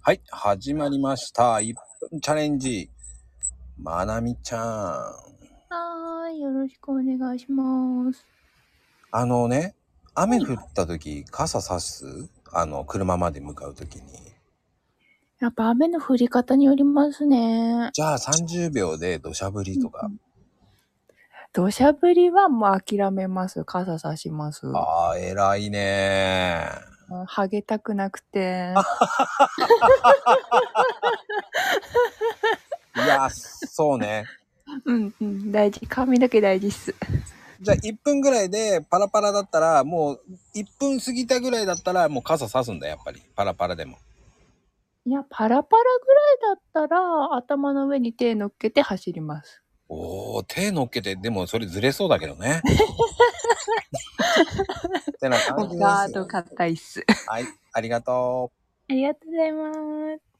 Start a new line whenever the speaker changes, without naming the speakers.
はい、始まりました。1分チャレンジ。まなみちゃん。
はーい、よろしくお願いします。
あのね、雨降った時、傘さすあの、車まで向かう時に。
やっぱ雨の降り方によりますね。
じゃあ30秒で土砂降りとか。
土砂降りはもう諦めます。傘さします。
ああ、偉いね
もうハゲたくなくて。
いや、そうね。
うんうん、大事。髪の毛大事っす。
じゃあ1分ぐらいでパラパラだったら、もう1分過ぎたぐらいだったら、もう傘さすんだ、やっぱり。パラパラでも。
いや、パラパラぐらいだったら、頭の上に手乗っけて走ります。
おー、手乗っけて、でもそれずれそうだけどね。てな感じです。
ガード硬いっす。
はい、ありがとう。
ありがとうございます。